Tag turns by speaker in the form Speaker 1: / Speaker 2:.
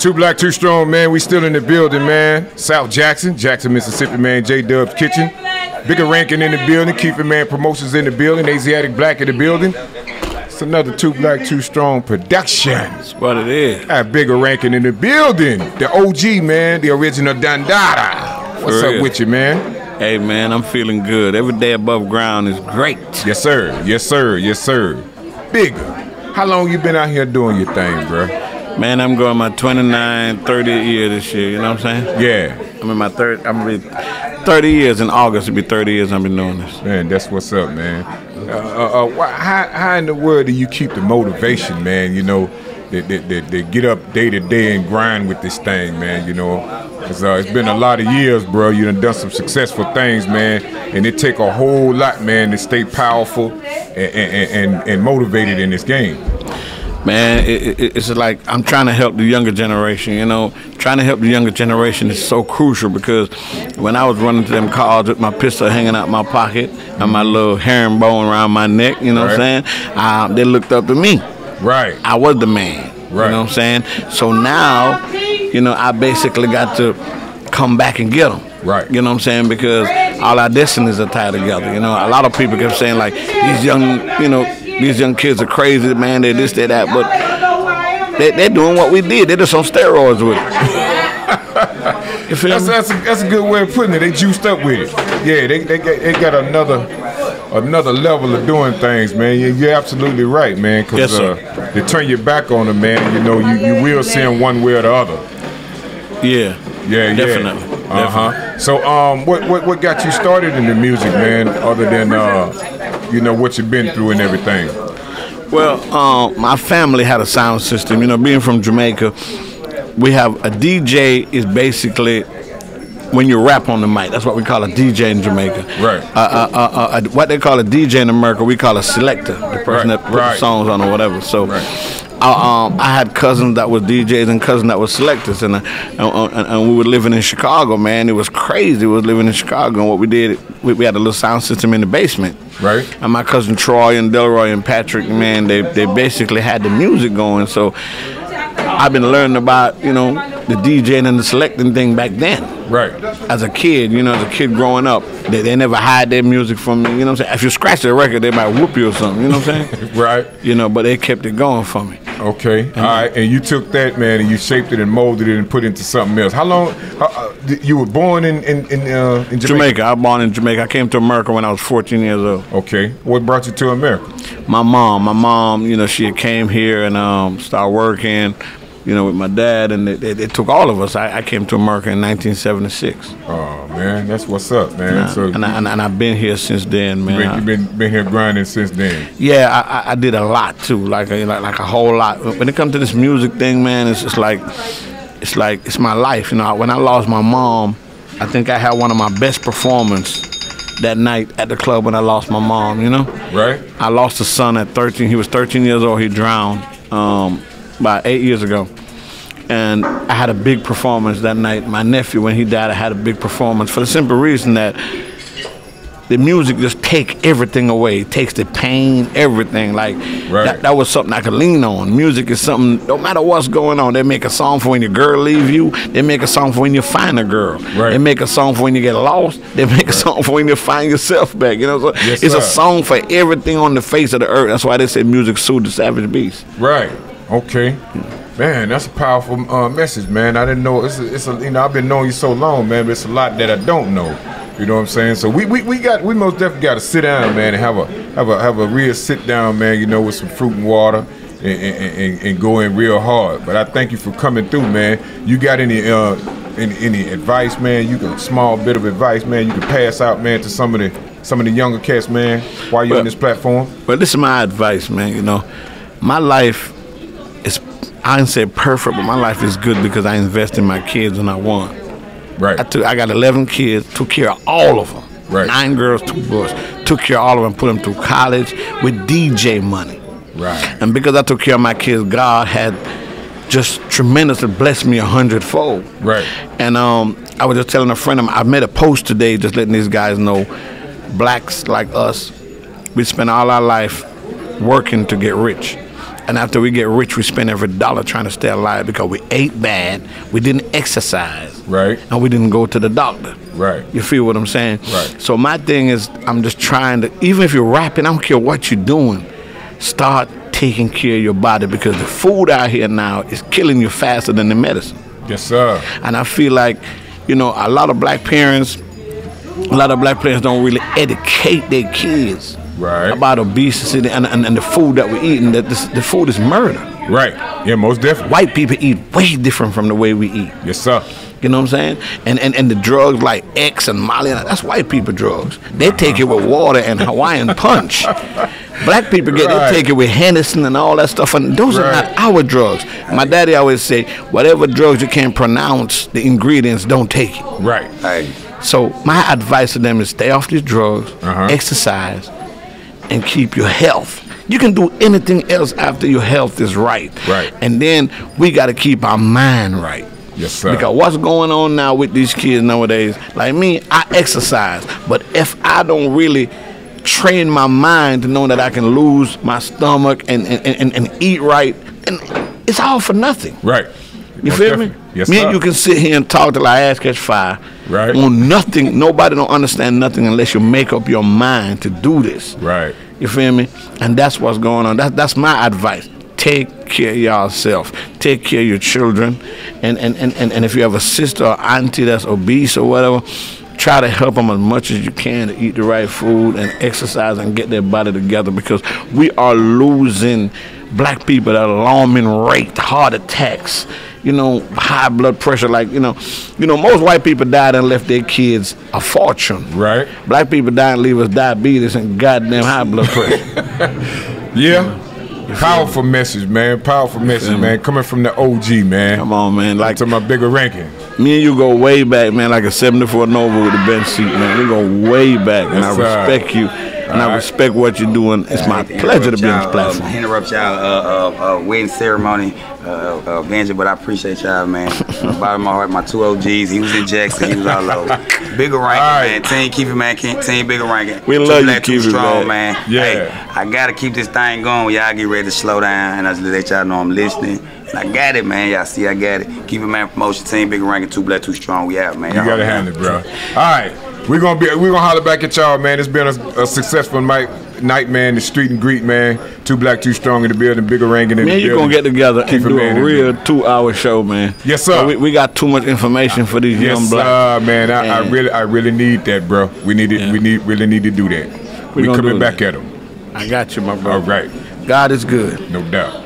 Speaker 1: Two Black, Two Strong, man. We still in the building, man. South Jackson, Jackson, Mississippi, man. J Dub's Kitchen. Bigger Rankin in the building. Keep it, man. Promotions in the building. Asiatic Black in the building. It's another Two Black, Two Strong productions.
Speaker 2: What it is.
Speaker 1: Got Bigger Rankin in the building. The OG, man. The original Dandada. What's
Speaker 2: For
Speaker 1: up
Speaker 2: real.
Speaker 1: with you, man?
Speaker 2: Hey man, I'm feeling good. Every day above ground is great.
Speaker 1: Yes, sir. Yes, sir. Yes, sir. Bigger. How long you been out here doing your thing, bro?
Speaker 2: Man, I'm going my 29, 30th year this year. You know what I'm saying?
Speaker 1: Yeah.
Speaker 2: I'm in my third. I'm be 30 years in August. It'll be 30 years I've been doing this.
Speaker 1: Man, that's what's up, man. Uh, uh, uh, why, how, how in the world do you keep the motivation, man? You know, they, they, they, they get up day to day and grind with this thing, man. You know, 'Cause, uh, it's been a lot of years, bro. You done done some successful things, man, and it take a whole lot, man, to stay powerful and and, and, and motivated in this game.
Speaker 2: Man, it, it, it's like I'm trying to help the younger generation. You know, trying to help the younger generation is so crucial because when I was running to them calls with my pistol hanging out my pocket and my little herringbone around my neck, you know what I'm saying? Uh, they looked up to me.
Speaker 1: Right.
Speaker 2: I was the man.
Speaker 1: Right.
Speaker 2: You know what I'm saying? So now, you know, I basically got to come back and get them.
Speaker 1: Right.
Speaker 2: You know what I'm saying? Because all our destinies are tied together. You know, a lot of people kept saying like these young, you know, these young kids are crazy, man. They this, they that, but they they're doing what we did. They're just on steroids with it. you feel
Speaker 1: That's,
Speaker 2: me?
Speaker 1: that's, a, that's a good way of putting it. They juiced up with it. Yeah, they, they, got- they got another another level of doing things, man. You- You're absolutely right, man. Cause
Speaker 2: Yes, sir.
Speaker 1: uh, they turn your back on them, man. You know, you, you will see them one way or the other.
Speaker 2: Yeah.
Speaker 1: Yeah,
Speaker 2: Definitely.
Speaker 1: yeah. Uh huh. So, um, what, what what got you started in the music, man? Other than uh, you know what you've been through and everything.
Speaker 2: Well, uh, my family had a sound system. You know, being from Jamaica, we have a DJ is basically when you rap on the mic. That's what we call a DJ in Jamaica.
Speaker 1: Right.
Speaker 2: Uh, uh, uh, uh, uh, what they call a DJ in America, we call a selector, the
Speaker 1: Right,
Speaker 2: person that puts
Speaker 1: right.
Speaker 2: the songs on or whatever. So.
Speaker 1: Right.
Speaker 2: I, um, I had cousins that was DJs and cousins that was selectors, and, uh, and, and, and we were living in Chicago, man. It was crazy. We was living in Chicago, and what we did, we, we had a little sound system in the basement.
Speaker 1: Right.
Speaker 2: And my cousin Troy and Delroy and Patrick, man, they, they basically had the music going. So I've been learning about, you know, the DJing and the selecting thing back then.
Speaker 1: Right.
Speaker 2: As a kid, you know, as a kid growing up, they, they never hide their music from me. You know what I'm saying? If you scratch the record, they might whoop you or something. You know what I'm saying?
Speaker 1: Right.
Speaker 2: You know, but they kept it going for me.
Speaker 1: Okay. All right. And you took that man and you shaped it and molded it and put it into something else. How long? How, uh, d- you were born in in in, uh, in Jamaica.
Speaker 2: Jamaica. I was born in Jamaica. I came to America when I was 14 years old.
Speaker 1: Okay. What brought you to America?
Speaker 2: my mom, my mom, you know, she had came here and um, started working, you know, with my dad, and they, they, they took all of us. I, I came to America in 1976,
Speaker 1: Oh man, that's what's up, man.
Speaker 2: Uh,
Speaker 1: so
Speaker 2: and, I, and, I, and I've been here since then, man.
Speaker 1: you've been,
Speaker 2: I-
Speaker 1: you been been here grinding since then.
Speaker 2: yeah, I, I- I did a lot too, like, a- like like a whole lot. When it comes to this music thing, man, it's just like it's like it's my life. You know, when I lost my mom, I think I had one of my best performance that night at the club when I lost my mom. You know,
Speaker 1: Right.
Speaker 2: I lost a son at 13. He was 13 years old. He drowned um, about eight years ago. And I had a big performance that night. My nephew, when he died, I had a big performance for the simple reason that the music just take everything away. It takes the pain, everything. Like
Speaker 1: Right.
Speaker 2: that, that was something I could lean on. Music is something. No matter what's going on, they make a song for when your girl leave you. They make a song for when you find a girl.
Speaker 1: Right.
Speaker 2: They make a song for when you get lost. They make a song for when you find yourself back. You know, so
Speaker 1: Yes,
Speaker 2: it's a
Speaker 1: sir.
Speaker 2: song for everything on the face of the earth. That's why they say music soothes the savage beast.
Speaker 1: Right. Okay. Man, that's a powerful uh, message, man. I didn't know it's a, it's a, you know I've been knowing you so long, man. But it's a lot that I don't know. You know what I'm saying? So we, we, we got we most definitely got to sit down, man, and have a have a have a real sit down, man. You know, with some fruit and water. And, and, and, and go in real hard, but I thank you for coming through, man. You got any uh, any, any advice, man? You can small bit of advice, man. You can pass out, man, to some of the some of the younger cats, man. While you're
Speaker 2: Well-
Speaker 1: on this platform,
Speaker 2: But this is my advice, man. You know, my life is I didn't say perfect, but my life is good because I invest in my kids when I want.
Speaker 1: right?
Speaker 2: I took I got 11 kids, took care of all of them.
Speaker 1: Right.
Speaker 2: Nine girls, two boys. Took care of all of them, put them through college with DJ money.
Speaker 1: Right.
Speaker 2: And because I took care of my kids, God had just tremendously blessed me a hundredfold.
Speaker 1: Right.
Speaker 2: And um, I was just telling a friend of mine, I made a post today just letting these guys know blacks like us, we spend all our life working to get rich. And after we get rich, we spend every dollar trying to stay alive because we ate bad, we didn't exercise,
Speaker 1: Right.
Speaker 2: and we didn't go to the doctor.
Speaker 1: Right.
Speaker 2: You feel what I'm saying?
Speaker 1: Right.
Speaker 2: So my thing is, I'm just trying to. Even if you're rapping, I don't care what you're doing. Start taking care of your body because the food out here now is killing you faster than the medicine.
Speaker 1: Yes, sir.
Speaker 2: And I feel like, you know, a lot of black parents, a lot of black parents don't really educate their kids
Speaker 1: Right.
Speaker 2: about obesity and, and, and the food that we're eating. That this, the food is murder.
Speaker 1: Right. Yeah, most definitely.
Speaker 2: White people eat way different from the way we eat.
Speaker 1: Yes, sir.
Speaker 2: You know what I'm saying? And and, and the drugs like X and Molly, and that's white people drugs. They take it with water and Hawaiian punch. Black people get
Speaker 1: Right.
Speaker 2: they take it with Henderson and all that stuff, and those are
Speaker 1: Right.
Speaker 2: not our drugs. My daddy always say, whatever drugs you can't pronounce the ingredients, don't take it.
Speaker 1: Right.
Speaker 2: Hey. So my advice to them is stay off these drugs,
Speaker 1: Uh-huh.
Speaker 2: exercise, and keep your health. You can do anything else after your health is right.
Speaker 1: Right.
Speaker 2: And then we got to keep our mind right.
Speaker 1: Yes, sir.
Speaker 2: Because what's going on now with these kids nowadays? Like me, I exercise, but if I don't really train my mind to know that I can lose my stomach and and, and, and eat right, and it's all for nothing.
Speaker 1: Right.
Speaker 2: You
Speaker 1: Most
Speaker 2: feel me?
Speaker 1: definitely. Yes,
Speaker 2: me
Speaker 1: sir.
Speaker 2: and you can sit here and talk till our ass catch fire.
Speaker 1: Right.
Speaker 2: On nothing. Nobody don't understand nothing unless you make up your mind to do this.
Speaker 1: Right.
Speaker 2: You feel me? And that's what's going on. That, that's my advice. Take care of yourself. Take care of your children. And, and, and, and, and if you have a sister or auntie that's obese or whatever, try to help them as much as you can to eat the right food and exercise and get their body together because we are losing black people at an alarming rate, heart attacks, you know, high blood pressure. Like, you know, you know, most white people died and left their kids a fortune.
Speaker 1: Right.
Speaker 2: Black people die and leave us diabetes and goddamn high blood pressure.
Speaker 1: Yeah. Powerful message, man. Powerful message, man. Coming from the OG, man.
Speaker 2: Come on, man. Like
Speaker 1: To my bigger ranking.
Speaker 2: me and you go way back, man. Like a '74 Nova with a bench seat, man. We go way back, and
Speaker 1: Yes,
Speaker 2: I
Speaker 1: sir.
Speaker 2: respect you, and
Speaker 1: All
Speaker 2: I
Speaker 1: right.
Speaker 2: respect what you're doing. It's my
Speaker 3: hate to
Speaker 2: pleasure to be on this
Speaker 3: interrupt y'all,
Speaker 2: platform.
Speaker 3: Um, interrupt y'all uh, uh, uh, wedding ceremony, uh, uh, Benji, but I appreciate y'all, man. From the bottom of my heart, my two OGs. He was in Jackson. He was all over. Bigger ranking,
Speaker 1: right.
Speaker 3: man. Team Keefe, man. Ke- Team Bigger ranking.
Speaker 2: We
Speaker 3: Two
Speaker 2: love you,
Speaker 3: black, two
Speaker 2: Keefe,
Speaker 3: strong,
Speaker 2: man.
Speaker 3: man.
Speaker 1: Yeah.
Speaker 3: Hey, I gotta keep this thing going. Y'all get ready to slow down, and I just let y'all know I'm listening. And I got it, man. Y'all see, I got it. Keep it, man. Promotion team, bigger ranking, two black, two strong. We out, man.
Speaker 1: You gotta handle it, bro. All right, we're gonna be we're gonna holler back at y'all, man. It's been a, a successful night, night, man. The street and greet, man. Two black, two strong in the building, bigger ranking in
Speaker 2: Man,
Speaker 1: the
Speaker 2: you
Speaker 1: building.
Speaker 2: gonna get together
Speaker 1: Keep
Speaker 2: and
Speaker 1: it
Speaker 2: do
Speaker 1: man
Speaker 2: a
Speaker 1: in
Speaker 2: real
Speaker 1: there.
Speaker 2: two-hour show, man.
Speaker 1: Yes, sir.
Speaker 2: We, we got too much information for these young
Speaker 1: Yes,
Speaker 2: blacks.
Speaker 1: uh, man. I, I
Speaker 2: And-
Speaker 1: really, I really need that, bro. We need it. We need, really need to do that.
Speaker 2: We
Speaker 1: We,
Speaker 2: gonna
Speaker 1: coming
Speaker 2: do
Speaker 1: back at
Speaker 2: that.
Speaker 1: them.
Speaker 2: I got you, my brother.
Speaker 1: All right,
Speaker 2: God is good.
Speaker 1: no doubt.